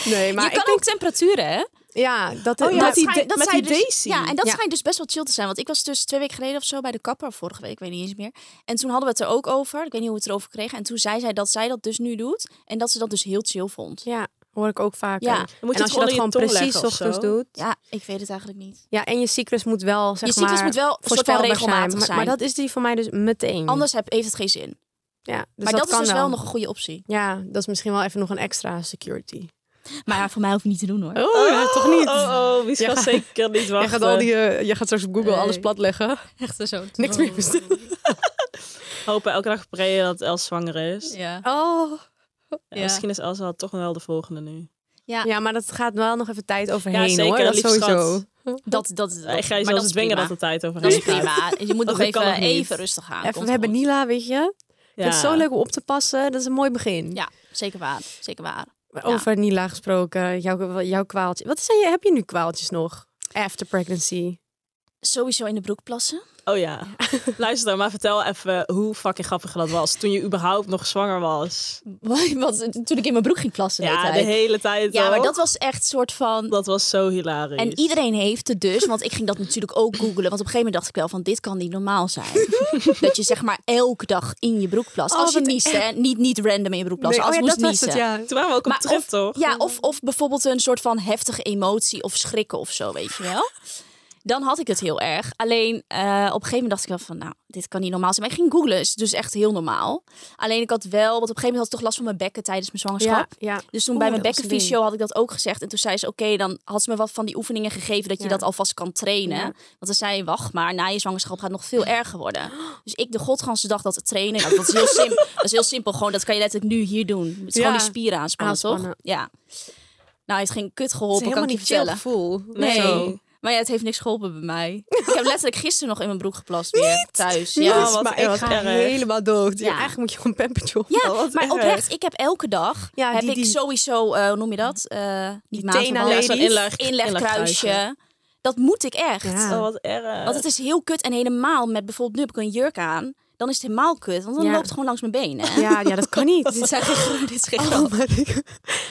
S4: nee, maar
S5: je kan
S4: ik denk...
S5: ook temperaturen, hè?
S4: Ja, dat,
S3: Oh ja,
S4: dat,
S3: die
S5: schijnt-
S3: da- met
S5: zei
S3: die
S5: dus,
S3: Daisy.
S5: Ja, en dat
S4: Ja.
S5: schijnt dus best wel chill te zijn. Want ik was dus twee weken geleden of zo bij de kapper, vorige week, ik weet niet eens meer. En toen hadden we het er ook over. Ik weet niet hoe we het erover kregen. En toen zei zij dat zij dat dus nu doet. En dat ze dat dus heel chill vond.
S4: ja, hoor ik ook vaker.
S5: Ja. Dan
S4: En
S5: moet
S3: je het
S4: als je
S3: onder
S4: dat
S3: je
S4: gewoon
S3: tong
S4: precies
S3: leggen of
S4: ochtends
S3: zo.
S4: doet.
S5: Ja, ik weet het eigenlijk niet.
S4: Ja, en je cyclus moet wel, zeg
S5: Je cyclus
S4: maar,
S5: moet wel een soort van
S4: voorspelbaar
S5: regelmatig
S4: zijn. Maar- Maar,
S5: zijn.
S4: dat is die voor mij dus meteen.
S5: Anders heb, heeft het geen zin.
S4: ja, dus
S5: maar dat,
S4: kan
S5: is dus wel. nog een goede optie.
S4: Ja, dat is misschien wel even nog een extra security.
S5: Maar ja, voor mij hoef je niet te doen hoor.
S4: Oh, ja, toch niet?
S3: Oh, oh, wie
S4: Jij
S3: gaat
S4: gaat-
S3: zeker niet wachten.
S4: Jij gaat, al die, eh, jij gaat straks op Google
S5: Nee.
S4: alles platleggen.
S5: Echt zo.
S4: Niks meer bestellen.
S3: Hopen elke dag prayen dat Els zwanger is.
S5: Ja.
S4: Oh.
S3: Ja, Misschien is Els wel toch wel de volgende nu.
S4: Ja, maar dat gaat wel nog even tijd overheen
S3: zeker,
S4: hoor. Dat
S3: lieve
S4: sowieso.
S3: schat.
S5: Dat, dat, dat,
S3: Ik ga je
S5: maar dat
S3: zelfs
S5: is
S3: dwingen dat
S5: prima.
S3: de tijd overheen
S5: Dat is
S3: gaat.
S5: prima. Je moet nog
S3: dat kan
S5: even,
S3: nog niet.
S5: even rustig gaan.
S4: Even,
S5: Komt
S4: we hebben
S5: goed.
S4: Nila, weet je.
S3: Ja.
S4: Het is zo leuk om op te passen. Dat is een mooi begin.
S5: Ja, zeker waar. Zeker waar.
S4: Over Nila gesproken, jouw, jouw kwaaltje. Wat zijn je, heb je nu kwaaltjes nog? After pregnancy.
S5: Sowieso in de broek plassen.
S3: Oh ja. Luister, dan, maar vertel even hoe fucking grappig dat was. Toen je überhaupt nog zwanger was.
S5: Want toen ik in mijn broek ging plassen. de
S3: Ja,
S5: hele
S3: de
S5: tijd.
S3: hele tijd
S5: ja maar
S3: al.
S5: dat was echt soort van.
S3: Dat was zo hilarisch.
S5: En iedereen heeft het dus, want ik ging dat natuurlijk ook googelen. Want op een gegeven moment dacht ik wel van, dit kan niet normaal zijn. dat je zeg maar elke dag in je broek plast.
S4: Oh,
S5: als je
S4: wat
S5: niest, hè. Niet, niet random in je broek plassen.
S4: Nee, oh
S5: als
S4: ja,
S5: je moest
S4: dat was
S5: niezen.
S4: het, ja.
S3: Toen waren we ook op
S5: Maar
S3: trip,
S5: of-
S3: toch?
S5: Ja, of, of bijvoorbeeld een soort van heftige emotie of schrikken of zo, weet je wel. Dan had ik het heel erg. Alleen eh, op een gegeven moment dacht ik wel van, nou, dit kan niet normaal zijn. Maar ik ging googlen, is dus echt heel normaal. Alleen ik had wel, want op een gegeven moment had ik toch last van mijn bekken tijdens mijn zwangerschap.
S4: ja.
S5: Dus toen
S4: Oeh,
S5: bij mijn
S4: dat was een
S5: bekkenfysio had ik dat ook gezegd. En toen zei ze, oké, dan had ze me wat van die oefeningen gegeven... dat je
S4: Ja.
S5: dat alvast kan trainen.
S4: Ja.
S5: Want ze zei, wacht maar, na je zwangerschap gaat het nog veel erger worden. Dus ik de godganse dag dat trainen. Nou, dat, is heel simpel, dat is heel simpel, gewoon dat kan je letterlijk nu hier doen. Het is
S4: Ja.
S5: gewoon die spieren aanspannen,
S4: Aanspannen.
S5: toch? Ja. Nou, heeft geen kut
S4: Het is
S5: geholpen, kan
S4: helemaal
S5: ik je
S4: niet chill
S5: vertellen.
S4: gevoel.
S5: Nee.
S3: Zo.
S5: Maar ja, het heeft niks geholpen bij mij. ik heb letterlijk gisteren nog in mijn broek geplast weer, thuis.
S3: Ja,
S5: Ja.
S4: Yes,
S3: wat-
S4: maar
S3: wat
S4: ik ga
S3: erg.
S4: helemaal dood. Ja.
S5: Ja.
S4: Eigenlijk moet je gewoon pampertje op.
S5: Ja,
S3: Oh, wat
S5: maar
S3: erg.
S5: oprecht, ik heb elke dag
S4: Ja,
S5: heb
S4: die-
S5: ik
S4: die-
S5: sowieso, eh, hoe noem je dat? Eh niet maandverband.
S4: tena
S3: Ja, zo'n
S4: ladies.
S3: inleg, inlegkruisje.
S5: inlegkruisje. Dat moet ik echt.
S4: Ja.
S3: Oh, wat erg.
S5: Want het is heel kut. En helemaal met bijvoorbeeld, nu heb ik een jurk aan. Dan is het helemaal kut. Want dan
S4: Ja.
S5: loopt het gewoon langs mijn benen.
S4: Ja, ja, dat kan niet.
S5: Dit zijn geen dit is geen
S4: Oh, maar, ik-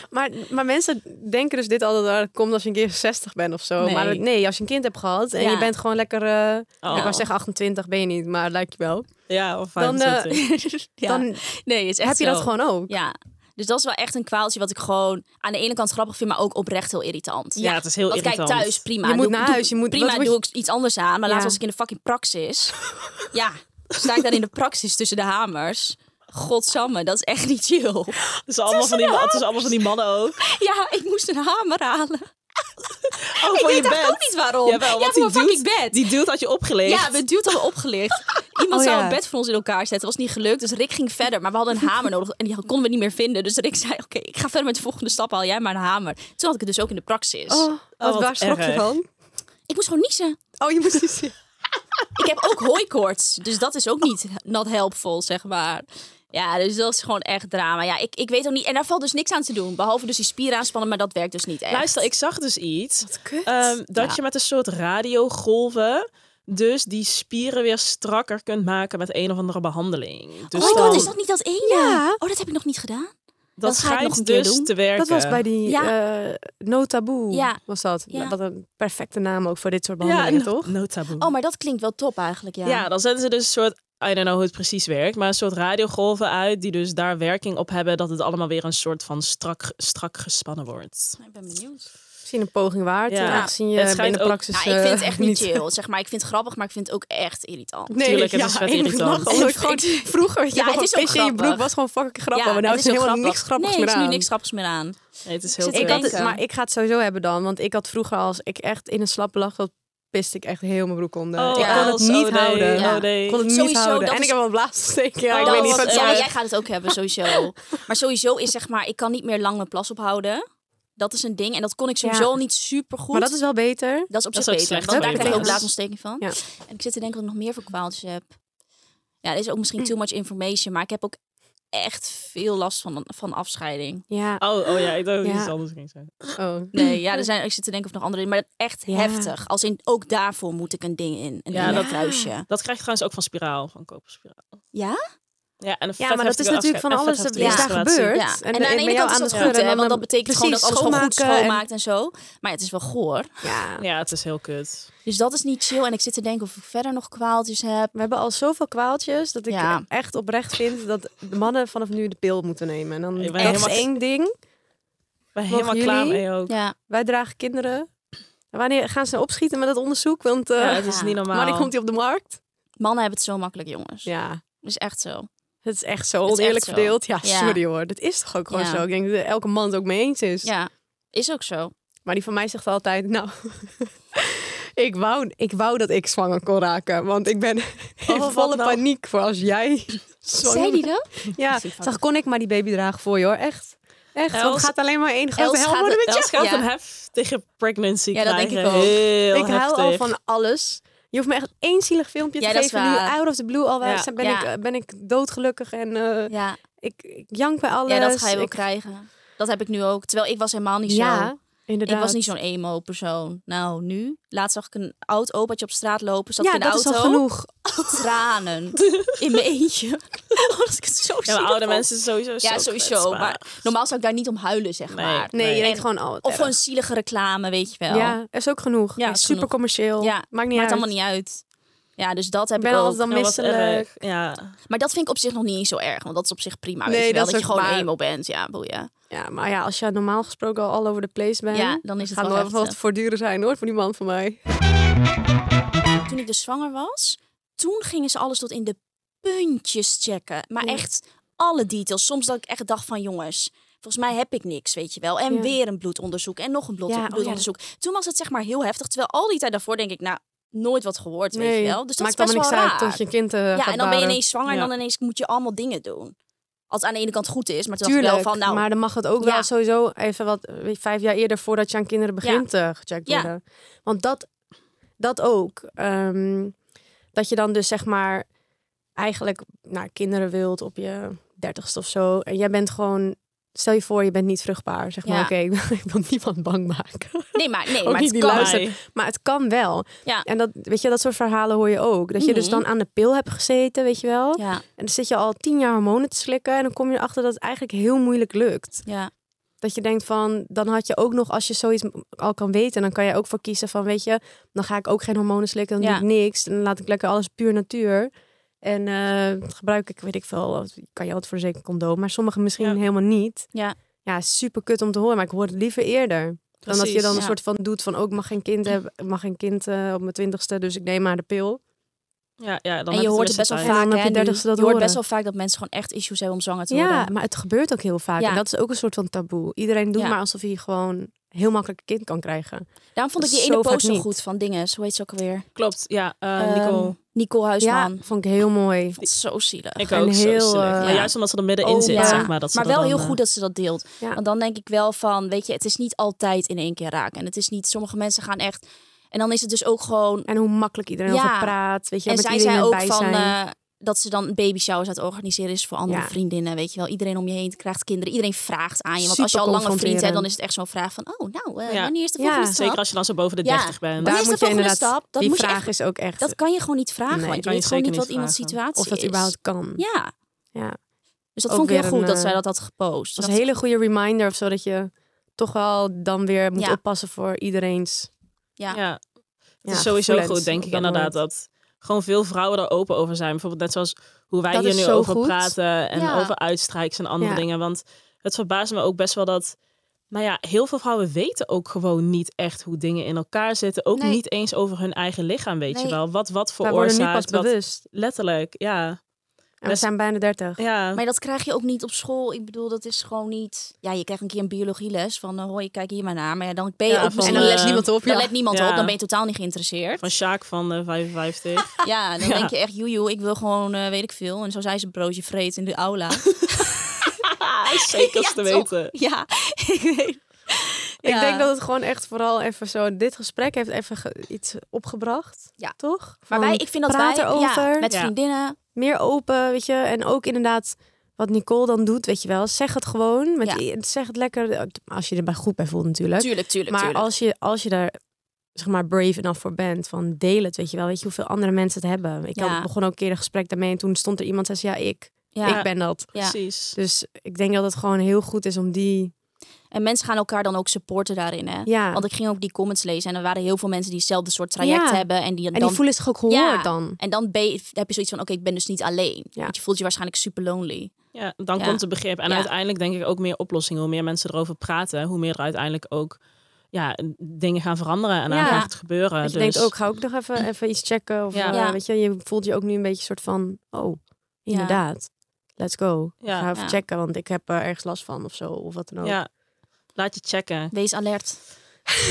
S4: maar, maar mensen denken dus dit altijd ah, dat komt als je een keer 60 bent of zo.
S5: Nee.
S4: Maar dat- nee, als je een kind hebt gehad en
S5: Ja.
S4: je bent gewoon lekker... eh,
S3: Oh.
S4: Ik wou zeggen 28, ben je niet, maar lijkt je wel.
S3: Ja, of
S4: Dan, eh,
S3: 25.
S5: Ja.
S4: Dan
S5: nee, het is echt
S4: heb je dat
S5: zo.
S4: gewoon ook.
S5: Ja. Dus dat is wel echt een kwaaltje wat ik gewoon aan de ene kant grappig vind, maar ook oprecht heel irritant.
S3: Ja, het is heel
S5: Want
S3: irritant.
S5: kijk, thuis, prima.
S4: Je moet
S5: Doe-
S4: naar
S5: doe-
S4: huis, je moet-
S5: Prima,
S4: wat moet
S5: doe ik iets anders aan. Maar
S4: Ja.
S5: laatst was ik in de fucking praxis. ja, sta ik daar in de praxis tussen de hamers. Godsamme, dat is echt niet chill.
S3: Oh, Het is allemaal van die, het is allemaal van die mannen ook.
S5: Ja, ik moest een hamer halen.
S3: Oh, voor
S5: ik
S3: je
S5: weet echt
S3: bed.
S5: ook niet waarom.
S3: Jawel,
S5: ja,
S3: want
S5: voor
S3: die
S5: mijn fucking
S3: dude,
S5: bed.
S3: die dude had je opgelegd.
S5: Ja, we duwt hadden we opgelicht. Iemand
S4: Oh,
S5: zou
S4: ja.
S5: een bed voor ons in elkaar zetten. Dat was niet gelukt. Dus Rick ging verder. Maar we hadden een hamer nodig. En die konden we niet meer vinden. Dus Rick zei, oké, ik ga verder met de volgende stap. Haal jij maar een hamer. Toen had ik het dus ook in de praxis.
S4: Oh, wat,
S3: wat
S4: waar schrok je
S3: erg.
S4: van?
S5: Ik moest gewoon niezen.
S4: Oh, je moest die zien.
S5: Ik heb ook hooikoorts. Dus dat is ook niet not helpful, zeg maar. Ja, dus dat is gewoon echt drama. Ja, ik, ik weet ook niet. En daar valt dus niks aan te doen. Behalve dus die spieren aanspannen. Maar dat werkt dus niet echt.
S3: Luister, ik zag dus iets.
S4: kut.
S5: Eh,
S3: ehm, dat
S5: Ja.
S3: je met een soort radiogolven dus die spieren weer strakker kunt maken met een of andere behandeling. Dus
S5: oh my
S3: dan,
S5: god, is dat niet dat ene?
S4: Ja.
S5: Oh, dat heb ik nog niet gedaan.
S3: dat
S5: dat ga ik nog
S3: schijnt
S5: een keer
S3: dus
S5: doen.
S3: te werken.
S4: Dat was bij die
S5: Ja.
S4: eh No Taboe,
S5: Ja.
S4: was dat.
S5: Ja.
S4: Wat een perfecte naam ook voor dit soort
S3: ja,
S4: behandelingen,
S3: no-
S4: toch?
S3: no taboe.
S5: Oh, maar dat klinkt wel top eigenlijk, ja.
S3: Ja, dan zetten ze dus een soort, I don't know hoe het precies werkt, maar een soort radiogolven uit die dus daar werking op hebben dat het allemaal weer een soort van strak, strak gespannen wordt.
S5: Ik ben benieuwd.
S4: Misschien een poging waard,
S3: Ja.
S4: aangezien
S3: Het
S4: je
S3: schijnt
S4: binnen
S3: ook-
S4: praxis...
S5: nou, ik vind het
S4: eh,
S5: echt niet chill. Zeg maar, ik vind het grappig, maar ik vind het ook echt irritant.
S4: Nee,
S3: Tuurlijk, het
S4: ja,
S3: is vet
S4: ik moet
S3: irritant.
S4: lachen, want gewoon vroeger, weet je,
S5: Ja,
S4: wel,
S5: het is
S4: een
S5: ook
S4: pisje in je broek
S5: grappig.
S4: was gewoon fucking grappig. maar
S5: het
S4: nou is er
S5: heel
S4: helemaal niks
S5: grappig.
S4: grappigs
S5: nee,
S4: meer
S5: er is
S4: aan.
S5: nu niks grappigs meer aan.
S3: Nee, het is heel
S5: zit
S4: Ik
S5: te
S4: had
S3: terecht.
S4: het,
S5: denken.
S4: maar ik ga het sowieso hebben dan, want ik had vroeger als ik echt in een slappe lag zat, piste ik echt heel mijn broek onder.
S3: Oh,
S4: ik kon het
S3: Els,
S4: niet
S3: oh nee,
S4: houden.
S5: Ja.
S3: oh nee.
S4: Ik kon het niet
S5: Sowieso,
S4: houden.
S5: dat
S4: En
S5: is-
S4: ik heb wel een blaassteken. Ja, ik
S3: Dat
S4: weet niet
S3: was-
S4: wat
S3: het
S5: ja,
S3: is.
S5: jij gaat het ook hebben, sowieso. maar sowieso is zeg maar, ik kan niet meer lang mijn plas ophouden. Dat is een ding. En dat kon ik sowieso
S4: Ja.
S5: al niet super goed.
S4: Maar dat is wel beter.
S5: dat is op
S3: dat
S5: zich
S3: is ook
S5: beter.
S3: slecht
S5: Want
S3: voor
S5: daar
S3: je
S5: krijg ik ook
S3: blaas.
S5: blaasontsteking van.
S4: Ja.
S5: En ik zit te denken dat ik nog meer voor kwaaltjes heb. Ja, dit is ook misschien too much information. Maar ik heb ook echt veel last van, van afscheiding.
S4: Ja.
S3: Oh, oh ja, ik dacht dat het
S4: Ja.
S3: iets anders ging zijn.
S4: Oh.
S5: Nee, ja, er zijn, ik zit te denken of nog andere dingen. Maar echt
S4: Ja.
S5: heftig. Als in, ook daarvoor moet ik een ding in. Een
S3: Ja,
S5: ja,
S3: dat-
S5: dat kruisje.
S3: Dat krijg je trouwens ook van spiraal, van koperspiraal.
S5: Ja?
S3: Ja, en een
S4: Ja,
S3: vet
S4: maar dat is
S3: heftige
S4: natuurlijk van
S3: afscheid-
S4: alles
S3: een vet
S4: wat
S3: heftige
S4: is daar
S3: situatie.
S4: gebeurd.
S5: Ja. En,
S4: ben
S5: aan de ene
S4: jou
S5: kant is dat goed, hè,
S4: en
S5: want
S4: dan
S5: dat betekent gewoon dat
S4: precies
S5: alles gewoon goed
S4: schoonmaken en-
S5: schoonmaakt en... zo. Maar het is wel goor.
S4: Ja.
S3: Ja, het is heel kut.
S5: Dus dat is niet chill. En ik zit te denken of ik verder nog kwaaltjes heb.
S4: We hebben al zoveel kwaaltjes dat ik
S5: Ja.
S4: echt oprecht vind dat de mannen vanaf nu de pil moeten nemen. En dan
S3: Ik ben
S4: dat is
S3: helemaal-
S4: één ding.
S3: Ik ben helemaal
S4: Mogen
S3: klaar
S4: jullie?
S3: mee ook.
S5: Ja.
S4: Wij dragen kinderen. En Wanneer gaan ze opschieten met dat onderzoek? Want eh
S3: Ja, het is
S5: Ja.
S3: niet normaal.
S4: wanneer komt die op de markt?
S5: Mannen hebben het zo makkelijk, jongens.
S4: Ja,
S5: Dat is echt zo.
S4: het is echt zo
S5: is echt
S4: oneerlijk
S5: zo.
S4: verdeeld. Ja,
S5: Ja.
S4: sorry hoor. Dat is toch ook gewoon
S5: Ja.
S4: zo. Ik denk dat elke man het ook mee eens is.
S5: Ja, is ook zo.
S4: Maar die van mij zegt altijd, nou, ik wou, ik wou dat ik zwanger kon raken. Want ik ben in
S3: wat
S4: volle
S3: nou?
S4: paniek voor als jij zwanger
S5: Oh, Zei die dat?
S4: Ja,
S5: Ziek
S4: zag kon ik maar die baby dragen voor je hoor. Echt. Echt, want
S3: Els-
S4: het gaat alleen maar één grote
S5: Els
S4: hel
S5: gaat
S4: worden
S5: het-
S4: met
S3: Els
S4: je.
S3: gaat
S5: Ja.
S3: een heftige pregnancy
S5: Ja, dat denk
S3: krijgen.
S5: ik ook.
S3: Heel
S4: Ik huil al
S3: heftig.
S4: van alles. Je hoeft me echt één zielig filmpje te
S5: Ja, dat is
S4: geven. Nu
S5: waar.
S4: out of the blue al
S3: Ja.
S4: zijn, ben,
S5: Ja.
S4: ik, eh, ben ik doodgelukkig en eh,
S5: Ja.
S4: ik, ik jank bij alles.
S5: ja, dat ga je wel
S4: ik,
S5: krijgen. Dat heb ik nu ook. Terwijl ik was helemaal niet zo.
S4: Ja, inderdaad.
S5: Ik was niet zo'n emo-persoon. Nou, nu. Laatst zag ik een oud opaatje op straat lopen. Zat ik
S4: Ja,
S5: in de
S4: dat is
S5: auto.
S4: al genoeg.
S5: tranen in mijn eentje. Oh, dat ik het
S3: Ja,
S5: zo
S3: maar
S5: zielig
S3: oude
S5: vond.
S3: mensen sowieso
S5: Ja,
S3: zo
S5: sowieso.
S3: kwetsbaar.
S5: Maar normaal zou ik daar niet om huilen, zeg
S3: Nee.
S5: maar.
S4: Nee, je
S5: En-
S4: denkt gewoon, oh, wat
S5: Of
S4: erg.
S5: gewoon zielige reclame, weet je wel.
S4: Ja, is ook genoeg.
S5: Ja,
S4: Ja,
S5: is
S4: super
S5: genoeg.
S4: commercieel.
S5: Ja,
S4: Maakt niet
S5: Maakt
S4: uit.
S5: allemaal niet uit. Ja, dus dat heb
S4: Ik
S5: ik
S4: ben altijd
S5: ook.
S4: dan
S3: Ja, wat
S4: misselijk.
S3: erg. Ja.
S5: Maar dat vind ik op zich nog niet eens zo erg. Want dat is op zich prima,
S4: Nee,
S5: weet je wel.
S4: dat
S5: Dat,
S4: is
S5: je
S4: ook
S5: gewoon
S4: maar-
S5: emo bent. Ja, boeien.
S4: Ja, maar ja, als je normaal gesproken al all over the place bent...
S5: Ja, dan is het
S4: gaan
S5: wel
S4: er wel wat
S5: heftig.
S4: voortduren zijn hoor, voor die man van mij.
S5: Toen ik dus zwanger was, toen gingen ze alles tot in de puntjes checken. Maar
S4: Ja.
S5: echt alle details. Soms dat ik echt dacht van, jongens... Volgens mij heb ik niks, weet je wel. En
S4: Ja.
S5: weer een bloedonderzoek en nog een bloed-
S4: Ja, oh ja,
S5: bloedonderzoek. Toen was het zeg maar heel heftig. Terwijl al die tijd daarvoor denk ik, nou, nooit wat gehoord, weet je wel. Dus dat
S4: maakt
S5: is best
S4: allemaal
S5: wel
S4: niks
S5: raar.
S4: uit tot je een kind eh,
S5: Ja,
S4: gaat
S5: en dan ben je
S4: baren.
S5: ineens zwanger
S3: Ja.
S5: en dan ineens moet je allemaal dingen doen. Als het aan de ene kant goed is, maar toen dacht
S4: Tuurlijk,
S5: ik wel van, nou,
S4: maar dan mag het ook
S5: Ja.
S4: wel sowieso even wat eh, vijf jaar eerder voordat je aan kinderen begint eh, gecheckt
S5: Ja.
S4: worden. Want dat, dat ook. ehm, dat je dan dus zeg maar eigenlijk naar kinderen wilt op je dertigste of zo. En jij bent gewoon, stel je voor je bent niet vruchtbaar. Zeg maar
S5: Ja.
S4: oké, ik, wil- ik wil niemand bang maken.
S5: nee, maar, nee,
S4: Ook
S5: maar
S4: niet die
S5: het kan.
S4: luistert.
S3: Nee.
S4: Maar het kan wel.
S5: Ja.
S4: En dat, weet je, dat soort verhalen hoor je ook. Dat je dus
S5: Mhm.
S4: dan aan de pil hebt gezeten, weet je wel.
S5: Ja,
S4: En dan zit je al tien jaar hormonen te slikken. En dan kom je erachter dat het eigenlijk heel moeilijk lukt.
S5: ja,
S4: Dat je denkt van, dan had je ook nog, als je zoiets m- al kan weten, dan kan je ook voor kiezen van, weet je, dan ga ik ook geen hormonen slikken, dan
S5: Ja.
S4: doe ik niks. En dan laat ik lekker alles puur natuur. En eh, gebruik ik, weet ik veel, eh, kan je altijd voor zeker condoom, maar sommigen misschien
S3: Ja.
S4: helemaal niet.
S5: ja.
S4: Ja, super kut om te horen, maar ik hoor het liever eerder. Dan dat je
S3: Precies,
S4: dan een
S5: ja.
S4: soort van doet van, ook mag geen kind hebben, ik mag geen kind eh, op mijn twintigste, dus ik neem maar de pil.
S3: Ja, ja, dan
S5: en je hoort het best wel
S4: En
S5: vaak.
S4: dan heb
S5: hè,
S4: je
S5: nu.
S4: dertigste dat
S5: je hoort
S4: horen.
S5: best wel vaak dat mensen gewoon echt issues hebben om zwanger te
S4: Ja,
S5: worden.
S4: maar het gebeurt ook heel vaak.
S5: Ja.
S4: En dat is ook een soort van taboe. Iedereen doet
S5: Ja.
S4: maar alsof hij gewoon heel makkelijk een kind kan krijgen.
S5: Daarom vond ik die
S4: Zo
S5: ene
S4: vaak
S5: post zo
S4: niet.
S5: goed van dingen. Hoe heet ze ook alweer?
S3: Klopt, ja. eh, Nicole.
S5: Ehm, Nicole Huisman.
S4: Ja, vond ik heel mooi.
S5: Vond het zo zielig.
S3: Ik
S4: en
S3: ook, heel,
S4: heel,
S3: zo zielig.
S4: eh,
S3: Maar juist omdat ze er middenin
S5: Oh,
S3: zit,
S5: ja.
S3: zeg maar. Dat ze
S5: maar
S3: er
S5: wel
S3: dan,
S5: heel
S3: eh,
S5: goed dat ze dat deelt.
S4: Ja.
S5: Want dan denk ik wel van, weet je, het is niet altijd in één keer raken. En het is niet, sommige mensen gaan echt... En dan is het dus ook gewoon...
S4: En hoe makkelijk iedereen
S5: Ja.
S4: over praat. Weet je,
S5: en
S4: met
S5: zij
S4: iedereen
S5: zei ook
S4: erbij
S5: van...
S4: zijn.
S5: eh, dat ze dan baby showers aan het organiseren is voor andere
S4: Ja.
S5: vriendinnen, weet je wel. Iedereen om je heen krijgt kinderen. Iedereen vraagt aan je. Want als je al
S4: Super
S5: lange vriend hebt,
S4: confronterend.
S5: dan is het echt zo'n vraag van... Oh, nou, eh,
S3: Ja.
S5: wanneer is de
S4: Ja.
S5: volgende stap?
S3: Zeker als je dan zo boven de
S5: Ja.
S3: 30 bent.
S5: Daar-
S4: Daar
S5: is de
S4: moet je
S5: volgende
S4: inderdaad,
S5: stap? Dat
S4: die
S5: moet je
S4: vraag
S5: echt-
S4: is ook echt...
S5: Dat kan je gewoon niet vragen,
S4: Nee,
S5: want je
S3: kan je
S5: weet gewoon
S3: zeker
S5: niet
S3: niet
S5: wat iemands
S3: vragen.
S5: situatie
S4: of dat
S5: is.
S4: überhaupt kan.
S5: Ja,
S4: Ja. Het
S5: dus dat
S4: Ook
S5: vond ik heel
S4: weer
S5: goed
S4: een,
S5: dat
S4: eh,
S5: zij dat had gepost.
S4: was
S5: Dat
S4: een hele goede reminder of zo. Dat je toch wel dan weer moet
S5: Ja.
S4: oppassen voor iedereens...
S5: Ja.
S3: Ja. Het
S4: ja,
S3: is sowieso
S4: gevoelens
S3: goed, denk
S4: op
S3: ik
S4: dat
S3: inderdaad,
S4: moment.
S3: dat gewoon veel vrouwen er open over zijn. Bijvoorbeeld net zoals hoe wij
S4: Dat
S3: hier
S4: is
S3: nu
S4: zo
S3: over
S4: goed.
S3: praten en
S5: Ja.
S3: over uitstrijks en andere
S4: Ja.
S3: dingen. Want het verbaast me ook best wel dat, nou ja, heel veel vrouwen weten ook gewoon niet echt hoe dingen in elkaar zitten. Ook
S5: Nee.
S3: niet eens over hun eigen lichaam, weet je
S5: Nee.
S3: wel. Wat wat
S4: Wij worden nu
S3: veroorzaakt,
S4: pas
S3: wat
S4: bewust.
S3: letterlijk, ja.
S4: En we
S3: best-
S4: zijn bijna 30.
S3: Ja,
S5: Maar dat krijg je ook niet op school. Ik bedoel, dat is gewoon niet... Ja, je krijgt een keer een biologieles van... eh, hoi, kijk hier maar naar. Maar ja, dan ben je
S3: Ja,
S5: ook
S3: van,
S5: misschien-
S3: En dan eh, let niemand
S4: op,
S5: Dan
S4: ja.
S5: let niemand
S3: Ja.
S5: op. Dan ben je totaal niet geïnteresseerd.
S3: van Sjaak van eh, 55.
S5: Ja, dan
S3: Ja.
S5: denk je echt... joejoe, ik wil gewoon, eh, weet ik veel. En zo zei ze een broodje vreet in de aula.
S3: Zeker als te
S5: Ja, toch?
S3: weten.
S5: Ja, ik weet... Ja.
S4: Ik denk dat het gewoon echt vooral even zo... Dit gesprek heeft even ge- iets opgebracht.
S5: Ja.
S4: Toch?
S5: Maar
S4: Van
S5: wij, ik vind dat
S4: praat
S5: wij
S4: erover.
S5: Ja, met
S3: Ja.
S5: vriendinnen...
S4: meer open, weet je. En ook inderdaad wat Nicole dan doet, weet je wel. Zeg het gewoon. Met
S5: Ja.
S4: i- zeg het lekker. eh, Als je er bij goed bij voelt natuurlijk.
S5: Tuurlijk, tuurlijk,
S4: maar
S5: tuurlijk.
S4: als je, als je daar zeg maar brave enough voor bent, van deel het, weet je wel. Weet je hoeveel andere mensen het hebben. Ik
S5: Ja.
S4: had- begon ook een keer een gesprek daarmee en toen stond er iemand en zei ze, ja, ik.
S5: ja.
S4: Ik ben dat.
S5: Ja.
S3: Precies.
S4: Dus ik denk dat het gewoon heel goed is om die...
S5: En mensen gaan elkaar dan ook supporten daarin, hè?
S4: Ja.
S5: Want ik ging ook die comments lezen en er waren heel veel mensen die hetzelfde soort traject
S4: Ja.
S5: hebben. En die,
S4: En
S5: dan,
S4: die voelen zich ook gehoord
S5: Ja.
S4: dan.
S5: en dan ben je- heb je zoiets van, oké, ik ben dus niet alleen.
S4: Ja.
S5: Want je voelt je waarschijnlijk super lonely.
S3: Ja, dan
S5: Ja.
S3: komt het begrip. En
S5: Ja.
S3: uiteindelijk denk ik ook meer oplossingen. Hoe meer mensen erover praten, hoe meer er uiteindelijk ook ja, dingen gaan veranderen en aan
S4: Ja.
S3: gaat het gebeuren.
S4: Dat je
S3: dus,
S4: denkt ook, ga ook nog even, even iets checken. Of,
S3: Ja.
S4: eh,
S5: Ja.
S4: weet je, je voelt je ook nu een beetje soort van, oh, inderdaad. Let's go.
S3: Ja.
S4: Ga even
S5: Ja.
S4: checken, want ik heb er ergens last van of zo. Of wat dan ook.
S3: Ja, laat je checken.
S5: Wees alert.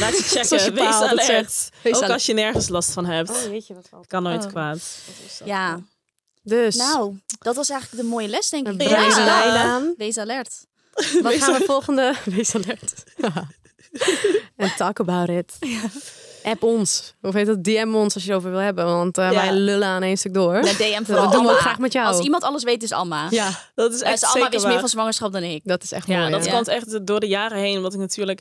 S3: Laat je checken.
S4: Zoals je
S3: Wees
S4: pa altijd
S3: alert.
S4: zegt.
S3: Ook
S4: alert.
S3: als je nergens last van hebt.
S4: Oh, weet je wat wel.
S3: Kan nooit
S5: Oh.
S3: kwaad.
S5: Ja.
S4: Dus,
S5: Nou, dat was eigenlijk de mooie les, denk
S4: een
S5: ik.
S4: brede
S5: Wees
S3: Ja.
S5: alert.
S4: lijn aan.
S5: Wees alert.
S4: Wat gaan we volgende? Wees alert. En talk about it. App ons. Of heet dat? DM ons als je erover wil hebben. Want eh,
S3: Ja.
S4: wij lullen aan één stuk door.
S5: Ja, DM
S4: Dat doen
S5: vooral
S4: we ook
S5: Alma.
S4: graag met jou.
S5: Als iemand alles weet, is Alma.
S4: Ja,
S3: Dat is
S5: Eh,
S3: echt
S5: ze Alma
S3: zeker
S5: wist meer
S3: waar.
S5: van zwangerschap dan ik.
S4: dat is echt
S3: Ja,
S4: mooi.
S3: dat
S4: hè?
S3: komt echt door de jaren heen. Omdat ik natuurlijk...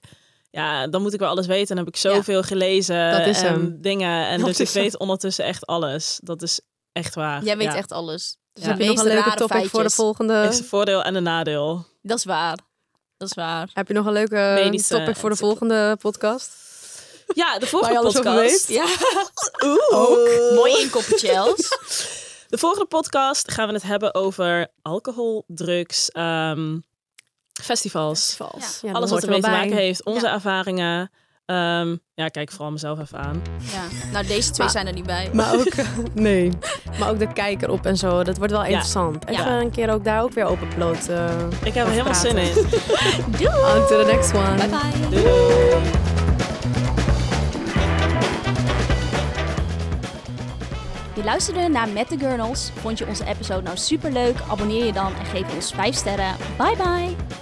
S3: Ja, dan moet ik wel alles weten. En heb ik zoveel gelezen.
S4: Dat is
S3: en
S4: hem.
S3: dingen. En
S4: Dat
S3: dus ik
S4: is hem.
S3: weet ondertussen echt alles. Dat is echt waar.
S5: Jij weet
S3: Ja.
S5: echt alles.
S4: Dus
S5: Ja.
S4: heb je nog
S5: Meest
S4: een leuke
S5: rare
S4: topic voor de
S5: feitjes.
S3: is
S4: volgende?
S3: een voordeel en een nadeel.
S5: Dat is waar. Dat is waar.
S4: Heb je nog een leuke um,
S3: Medische
S4: topic voor de volgende podcast?
S3: Ja, de
S4: Waar je
S3: vorige
S4: alles over
S3: podcast.
S4: weet?
S5: Ja. Mooi inkoppen, Chels.
S3: De volgende podcast gaan we het hebben over alcohol, drugs, ehm, festivals.
S4: Vals.
S5: Ja.
S4: Ja,
S3: Alles
S4: dat
S3: wat ermee
S4: hoort
S3: te
S4: er wel
S3: maken
S4: bij.
S3: heeft. Onze ervaringen. Ehm, ja, kijk vooral mezelf even aan.
S5: Ja. Nou, deze twee zijn er niet bij.
S4: Maar ook, nee. maar ook de kijker op en zo. Dat wordt wel interessant. Even
S3: Ja.
S4: een keer ook daar ook weer openbloot. eh
S3: Ik heb er helemaal zin in.
S4: on to the next one.
S5: Bye bye.
S3: Doei, doei.
S5: Je luisterde naar Met de Gurnals. Vond je onze episode nou superleuk? Abonneer je dan en geef ons 5 sterren. Bye bye.